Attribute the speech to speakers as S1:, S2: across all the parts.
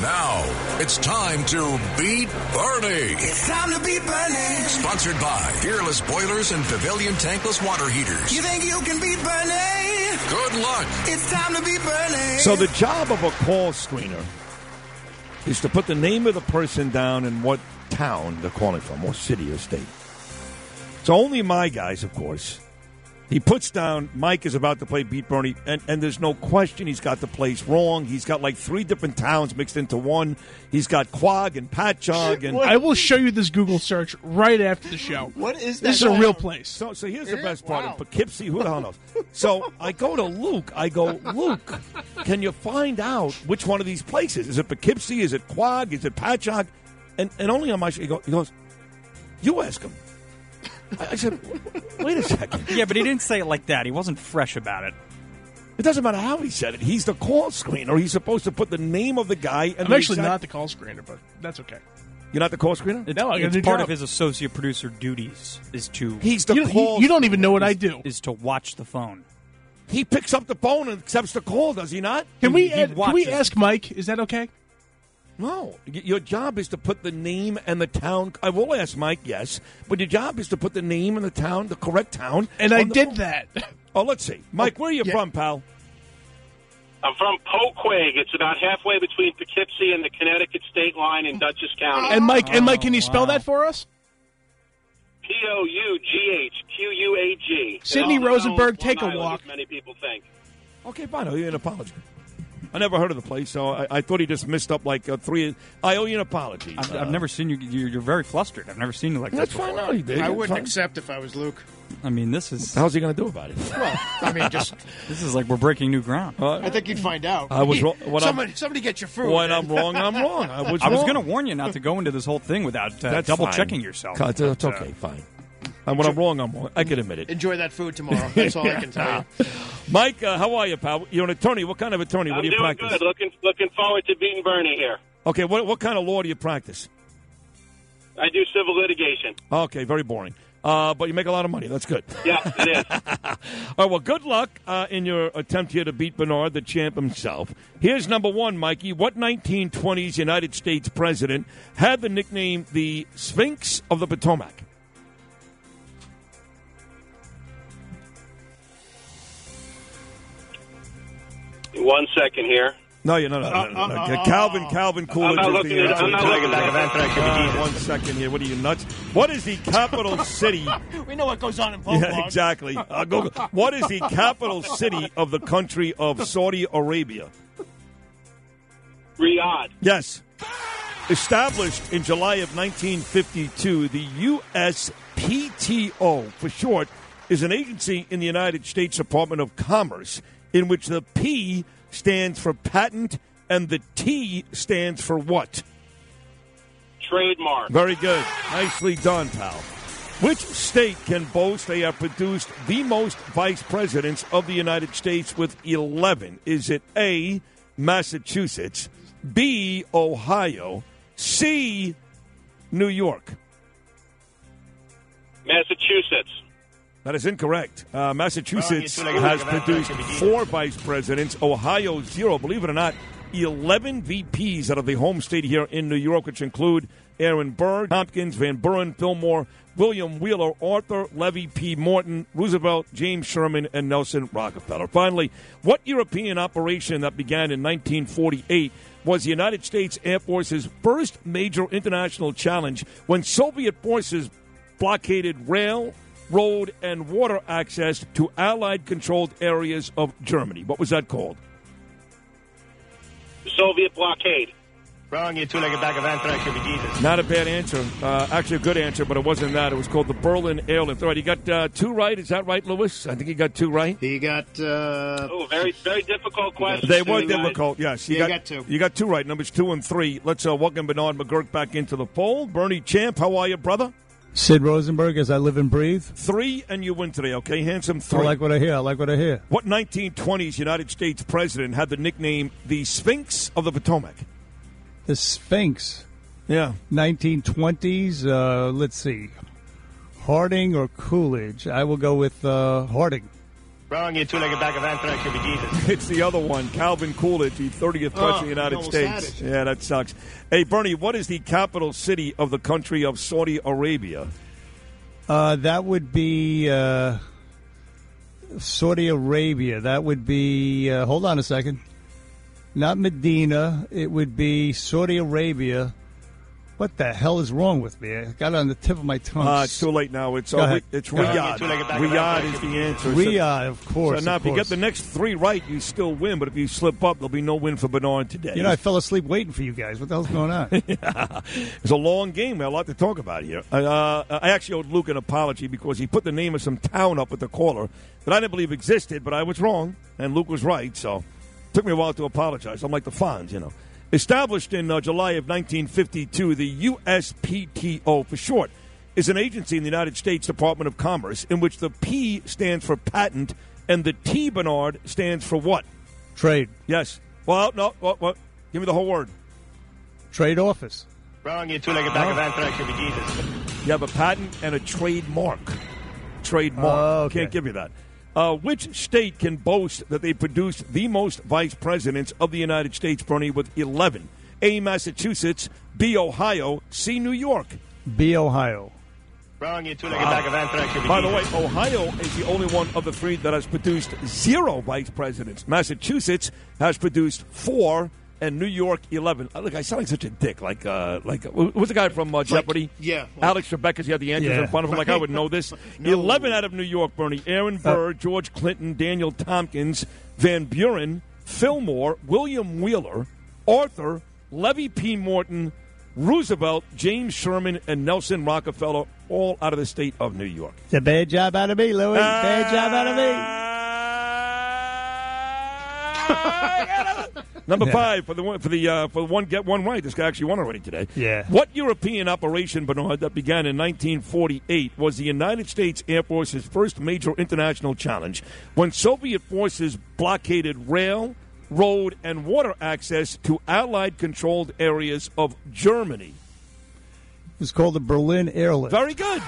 S1: Now it's time to beat Bernie.
S2: It's time to beat Bernie.
S1: Sponsored by Fearless Boilers and Pavilion Tankless Water Heaters.
S2: You think you can beat Bernie?
S1: Good luck.
S2: It's time to beat Bernie.
S3: So the job of a call screener is to put the name of the person down and what town they're calling from, or city or state. So only my guys, of course. He puts down Mike is about to play Beat Bernie, and, and there's no question he's got the place wrong. He's got like three different towns mixed into one. He's got Quag and Patchogue and
S4: I will show you this Google search right after the show.
S5: What is
S4: This is
S5: that
S4: a
S5: guy?
S4: real place.
S3: So, so here's the
S5: Eh,
S3: best part.
S5: wow.
S3: In Poughkeepsie, who the hell knows? So I go to Luke. I go, Luke, can you find out which one of these places? Is it Poughkeepsie? Is it Quag? Is it Patchogue? And, and only on my show, he, go, he goes, you ask him. I, I said, wait a second.
S6: Yeah, but he didn't say it like that. He wasn't fresh about it.
S3: It doesn't matter how he said it. He's the call screener. He's supposed to put the name of the guy. And
S4: I'm
S3: the
S4: actually
S3: exact-
S4: not the call screener, but that's okay.
S3: You're not the call screener?
S6: It's,
S4: No, I got a
S6: it's
S4: new
S6: part
S4: job.
S6: of his associate producer duties is to
S3: He's the
S4: You,
S3: call.
S4: you- you don't even know what I do.
S6: is to watch the phone.
S3: He picks up the phone and accepts the call, does he not?
S4: Can we
S6: he
S4: add- can we
S6: watches.
S4: ask Mike? Is that okay?
S3: No, Y- your job is to put the name and the town. I will ask Mike, yes, but your job is to put the name and the town, the correct town.
S4: And I
S3: on the
S4: did
S3: phone.
S4: that.
S3: Oh, let's see, Mike, where are you
S4: Yeah.
S3: from, pal?
S7: I'm from Poquag. It's about halfway between Poughkeepsie and the Connecticut state line in Dutchess County.
S4: And Mike, and Mike, can you spell that for us?
S7: P O U G H Q U A G.
S4: Sidney
S7: And also
S4: Rosenberg,
S7: known as
S4: take a
S7: Long Island,
S4: walk.
S7: as Many people think.
S3: Okay, fine. I owe you an apology. I never heard of the place, so I, I thought he just missed up like uh, three. I owe you an apology.
S6: I've,
S3: Uh,
S6: I've never seen you, you. You're very flustered. I've never seen you like
S3: That's
S6: this before.
S3: fine. No, you did.
S5: I
S3: That's
S5: wouldn't
S3: fine.
S5: accept if I was Luke.
S6: I mean, this is
S3: How's he going to do about it?
S5: Well, I mean, just
S6: this is like we're breaking new ground.
S5: I think you'd find out.
S3: I was wrong- when I'm-
S5: somebody, somebody get your food.
S3: when I'm wrong, I'm wrong. I was.
S6: I was
S3: wrong.
S6: going to warn you not to go into this whole thing without uh,
S3: That's
S6: double
S3: fine.
S6: checking yourself.
S3: God, That's
S6: But, uh,
S3: okay. Fine. And when I'm wrong, I'm wrong. I can admit it.
S5: Enjoy that food tomorrow. That's all I can tell you.
S3: Mike, uh, how are you, pal? You're an attorney. What kind of attorney?
S7: I'm
S3: what do you
S7: doing
S3: practice?
S7: good. Looking looking forward to beating Bernie here.
S3: Okay, what, what kind of law do you practice?
S7: I do civil litigation.
S3: Okay, very boring. Uh, but you make a lot of money. That's good.
S7: Yeah, it is.
S3: All right, well, good luck uh, in your attempt here to beat Bernard, the champ himself. Here's number one, Mikey. What 1920s United States president had the nickname the Sphinx of the Potomac?
S7: One second here.
S3: No, you're
S7: Uh,
S3: not. No, no, no, no. Calvin, Calvin Coolidge.
S7: not
S3: is
S7: looking
S3: the
S7: at it. I'm not looking at it.
S3: Uh, one second here. What are you, nuts? What is the capital city?
S5: We know what goes on in Poland.
S3: yeah, exactly. Uh, go, go. What is the capital city of the country of Saudi Arabia?
S7: Riyadh.
S3: Yes. Established in July of 1952, the USPTO, for short, is an agency in the United States Department of Commerce in which the P stands for patent and the T stands for what?
S7: Trademark.
S3: Very good. Nicely done, pal. Which state can boast they have produced the most vice presidents of the United States with 11? Is it A, Massachusetts, B, Ohio, C, New York?
S7: Massachusetts.
S3: That is incorrect. Uh, Massachusetts has produced four vice presidents, Ohio zero. Believe it or not, 11 VPs out of the home state here in New York, which include Aaron Burr, Tompkins, Van Buren, Fillmore, William Wheeler, Arthur, Levy P. Morton, Roosevelt, James Sherman, and Nelson Rockefeller. Finally, what European operation that began in 1948 was the United States Air Force's first major international challenge when Soviet forces blockaded rail, road, and water access to Allied controlled areas of Germany. What was that called?
S7: Soviet blockade.
S8: Wrong, you two-legged back of anthrax, you'll be Jesus.
S3: Not a bad answer. Uh, actually, a good answer, but it wasn't that. It was called the Berlin Airlift. All right, you got uh, two right. Is that right, Lewis? I think you got two right.
S5: He got. Uh,
S7: Oh, very very difficult question.
S3: They were difficult. Yes,
S5: Yeah, you got two.
S3: You got two right. Numbers two and three. Let's uh, welcome Bernard McGurk back into the fold. Bernie Champ, how are you, brother?
S9: Sid Rosenberg, as I live and breathe.
S3: Three and you win today. Okay, handsome
S9: I
S3: three.
S9: like what I hear. I like what I hear.
S3: what 1920s United States president had the nickname the Sphinx of the Potomac?
S9: The Sphinx,
S3: Yeah,
S9: 1920s. Uh, let's see, Harding or Coolidge. I will go with uh, Harding.
S8: Wrong, you two-legged back of anthrax, you'll be Jesus.
S3: It's the other one, Calvin Coolidge, the 30th president of the United
S5: almost had
S3: States. Yeah, that sucks. Hey, Bernie, what is the capital city of the country of Saudi Arabia?
S9: Uh, that would be uh, Saudi Arabia. That would be. Uh, hold on a second. Not Medina. It would be Saudi Arabia. What the hell is wrong with me? I got it on the tip of my tongue.
S3: Uh, it's too late now. It's
S9: Oh, Go
S3: uh,
S9: ahead.
S3: it's
S9: Go ahead.
S3: Riyadh. Riyadh is the answer. So-
S9: Riyadh, of
S3: So,
S9: course.
S3: now,
S9: of
S3: if you get
S9: course.
S3: the next three right, you still win. But if you slip up, there'll be no win for Bernard today.
S9: You know, I fell asleep waiting for you guys. What the hell's going on?
S3: It's a long game. We have a lot to talk about here. Uh, Uh, I actually owed Luke an apology because he put the name of some town up with the caller that I didn't believe existed, but I was wrong, and Luke was right. So it took me a while to apologize. I'm like the Fonz, you know. Established in uh, July of 1952, the USPTO for short is an agency in the United States Department of Commerce in which the P stands for patent and the T, Bernard, stands for what?
S9: Trade.
S3: Yes. Well, no. What? what? Give me the whole word.
S9: Trade office.
S8: Wrong, you two-legged back of anthrax, you'll be Jesus.
S3: You have a patent and a trademark. Trademark.
S9: Oh, okay.
S3: Can't give you that. Uh, which state can boast that they produced the most vice presidents of the United States, Bernie, with 11? A, Massachusetts, B, Ohio, C, New York.
S9: B. Ohio.
S8: Wrong, you two-legged back of anthrax, you'll be
S3: By the way,
S8: Jesus.
S3: Ohio is the only one of the three that has produced zero vice presidents. Massachusetts has produced four, and New York, 11. Uh, Look, I sound like such a dick. Like, uh, like uh, wh- what's the guy from uh, Jeopardy?
S5: yeah.
S3: Alex Trebek's got the answers
S9: Yeah.
S3: in front of him. Like, I would know this. 11 out of New York, Bernie. Aaron Burr, George Clinton, Daniel Tompkins, Van Buren, Fillmore, William Wheeler, Arthur, Levy P. Morton, Roosevelt, James Sherman, and Nelson Rockefeller, all out of the state of New York.
S9: It's a bad job out of me, Louis. bad job out of me.
S3: Number five for the one for the uh, for one get one right. This guy actually won already today.
S9: Yeah.
S3: What European operation, Bernard, that began in 1948 was the United States Air Force's first major international challenge when Soviet forces blockaded rail, road, and water access to Allied controlled areas of Germany.
S9: It's called the Berlin Airlift.
S3: Very good.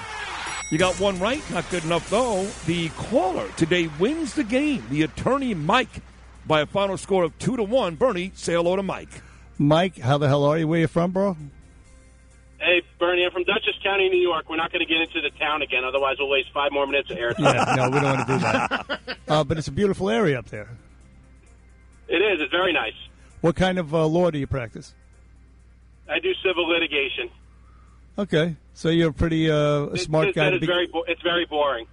S3: You got one right. Not good enough, though. The caller today wins the game. The attorney, Mike, by a final score of 2 to 1. Bernie, say hello to Mike.
S9: Mike, how the hell are you? Where you from, bro?
S7: Hey, Bernie, I'm from Dutchess County, New York. We're not going to get into the town again, otherwise we'll waste five more minutes of airtime.
S9: Yeah, no, we don't want to do that. Uh, but it's a beautiful area up there.
S7: It is. It's very nice.
S9: What kind of uh, law do you practice?
S7: I do civil litigation.
S9: Okay, so you're a pretty uh,
S7: It's-
S9: smart
S7: it's-
S9: guy.
S7: that
S9: to
S7: is
S9: be-
S7: very bo- it's very boring.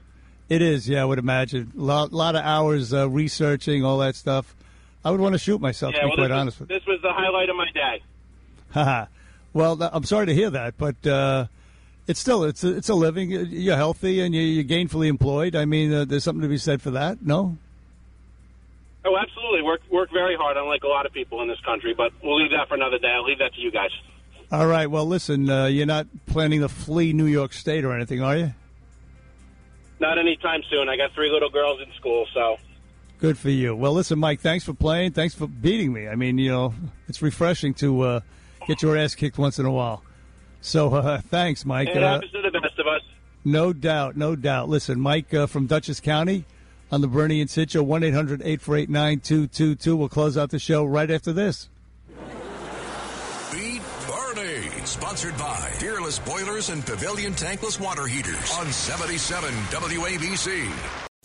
S9: it is, yeah, I would imagine. A lot, lot of hours uh, researching, all that stuff. I would want to shoot myself,
S7: Yeah,
S9: to be
S7: well,
S9: quite
S7: this, was-
S9: honest with you.
S7: this was the highlight of my day.
S9: Haha. well, th- I'm sorry to hear that, but uh, it's still it's a, it's a living. You're healthy and you- you're gainfully employed. I mean, uh, there's something to be said for that. No,
S7: Oh, absolutely. Work work very hard, unlike a lot of people in this country. But we'll leave that for another day. I'll leave that to you guys.
S9: All right. Well, listen, uh, you're not planning to flee New York State or anything, are you?
S7: Not anytime soon. I got three little girls in school, so
S9: Good for you. Well, listen, Mike, thanks for playing. Thanks for beating me. I mean, you know, it's refreshing to uh, get your ass kicked once in a while. So uh, thanks, Mike.
S7: it
S9: Uh,
S7: happens to the best of us.
S9: no doubt, no doubt. Listen, Mike uh, from Dutchess County on the Bernie and Sit Show, 1 800 848 9222. We'll close out the show right after this.
S1: Beat Bernie. Sponsored by Fearless Boilers and Pavilion Tankless Water Heaters on 77 WABC.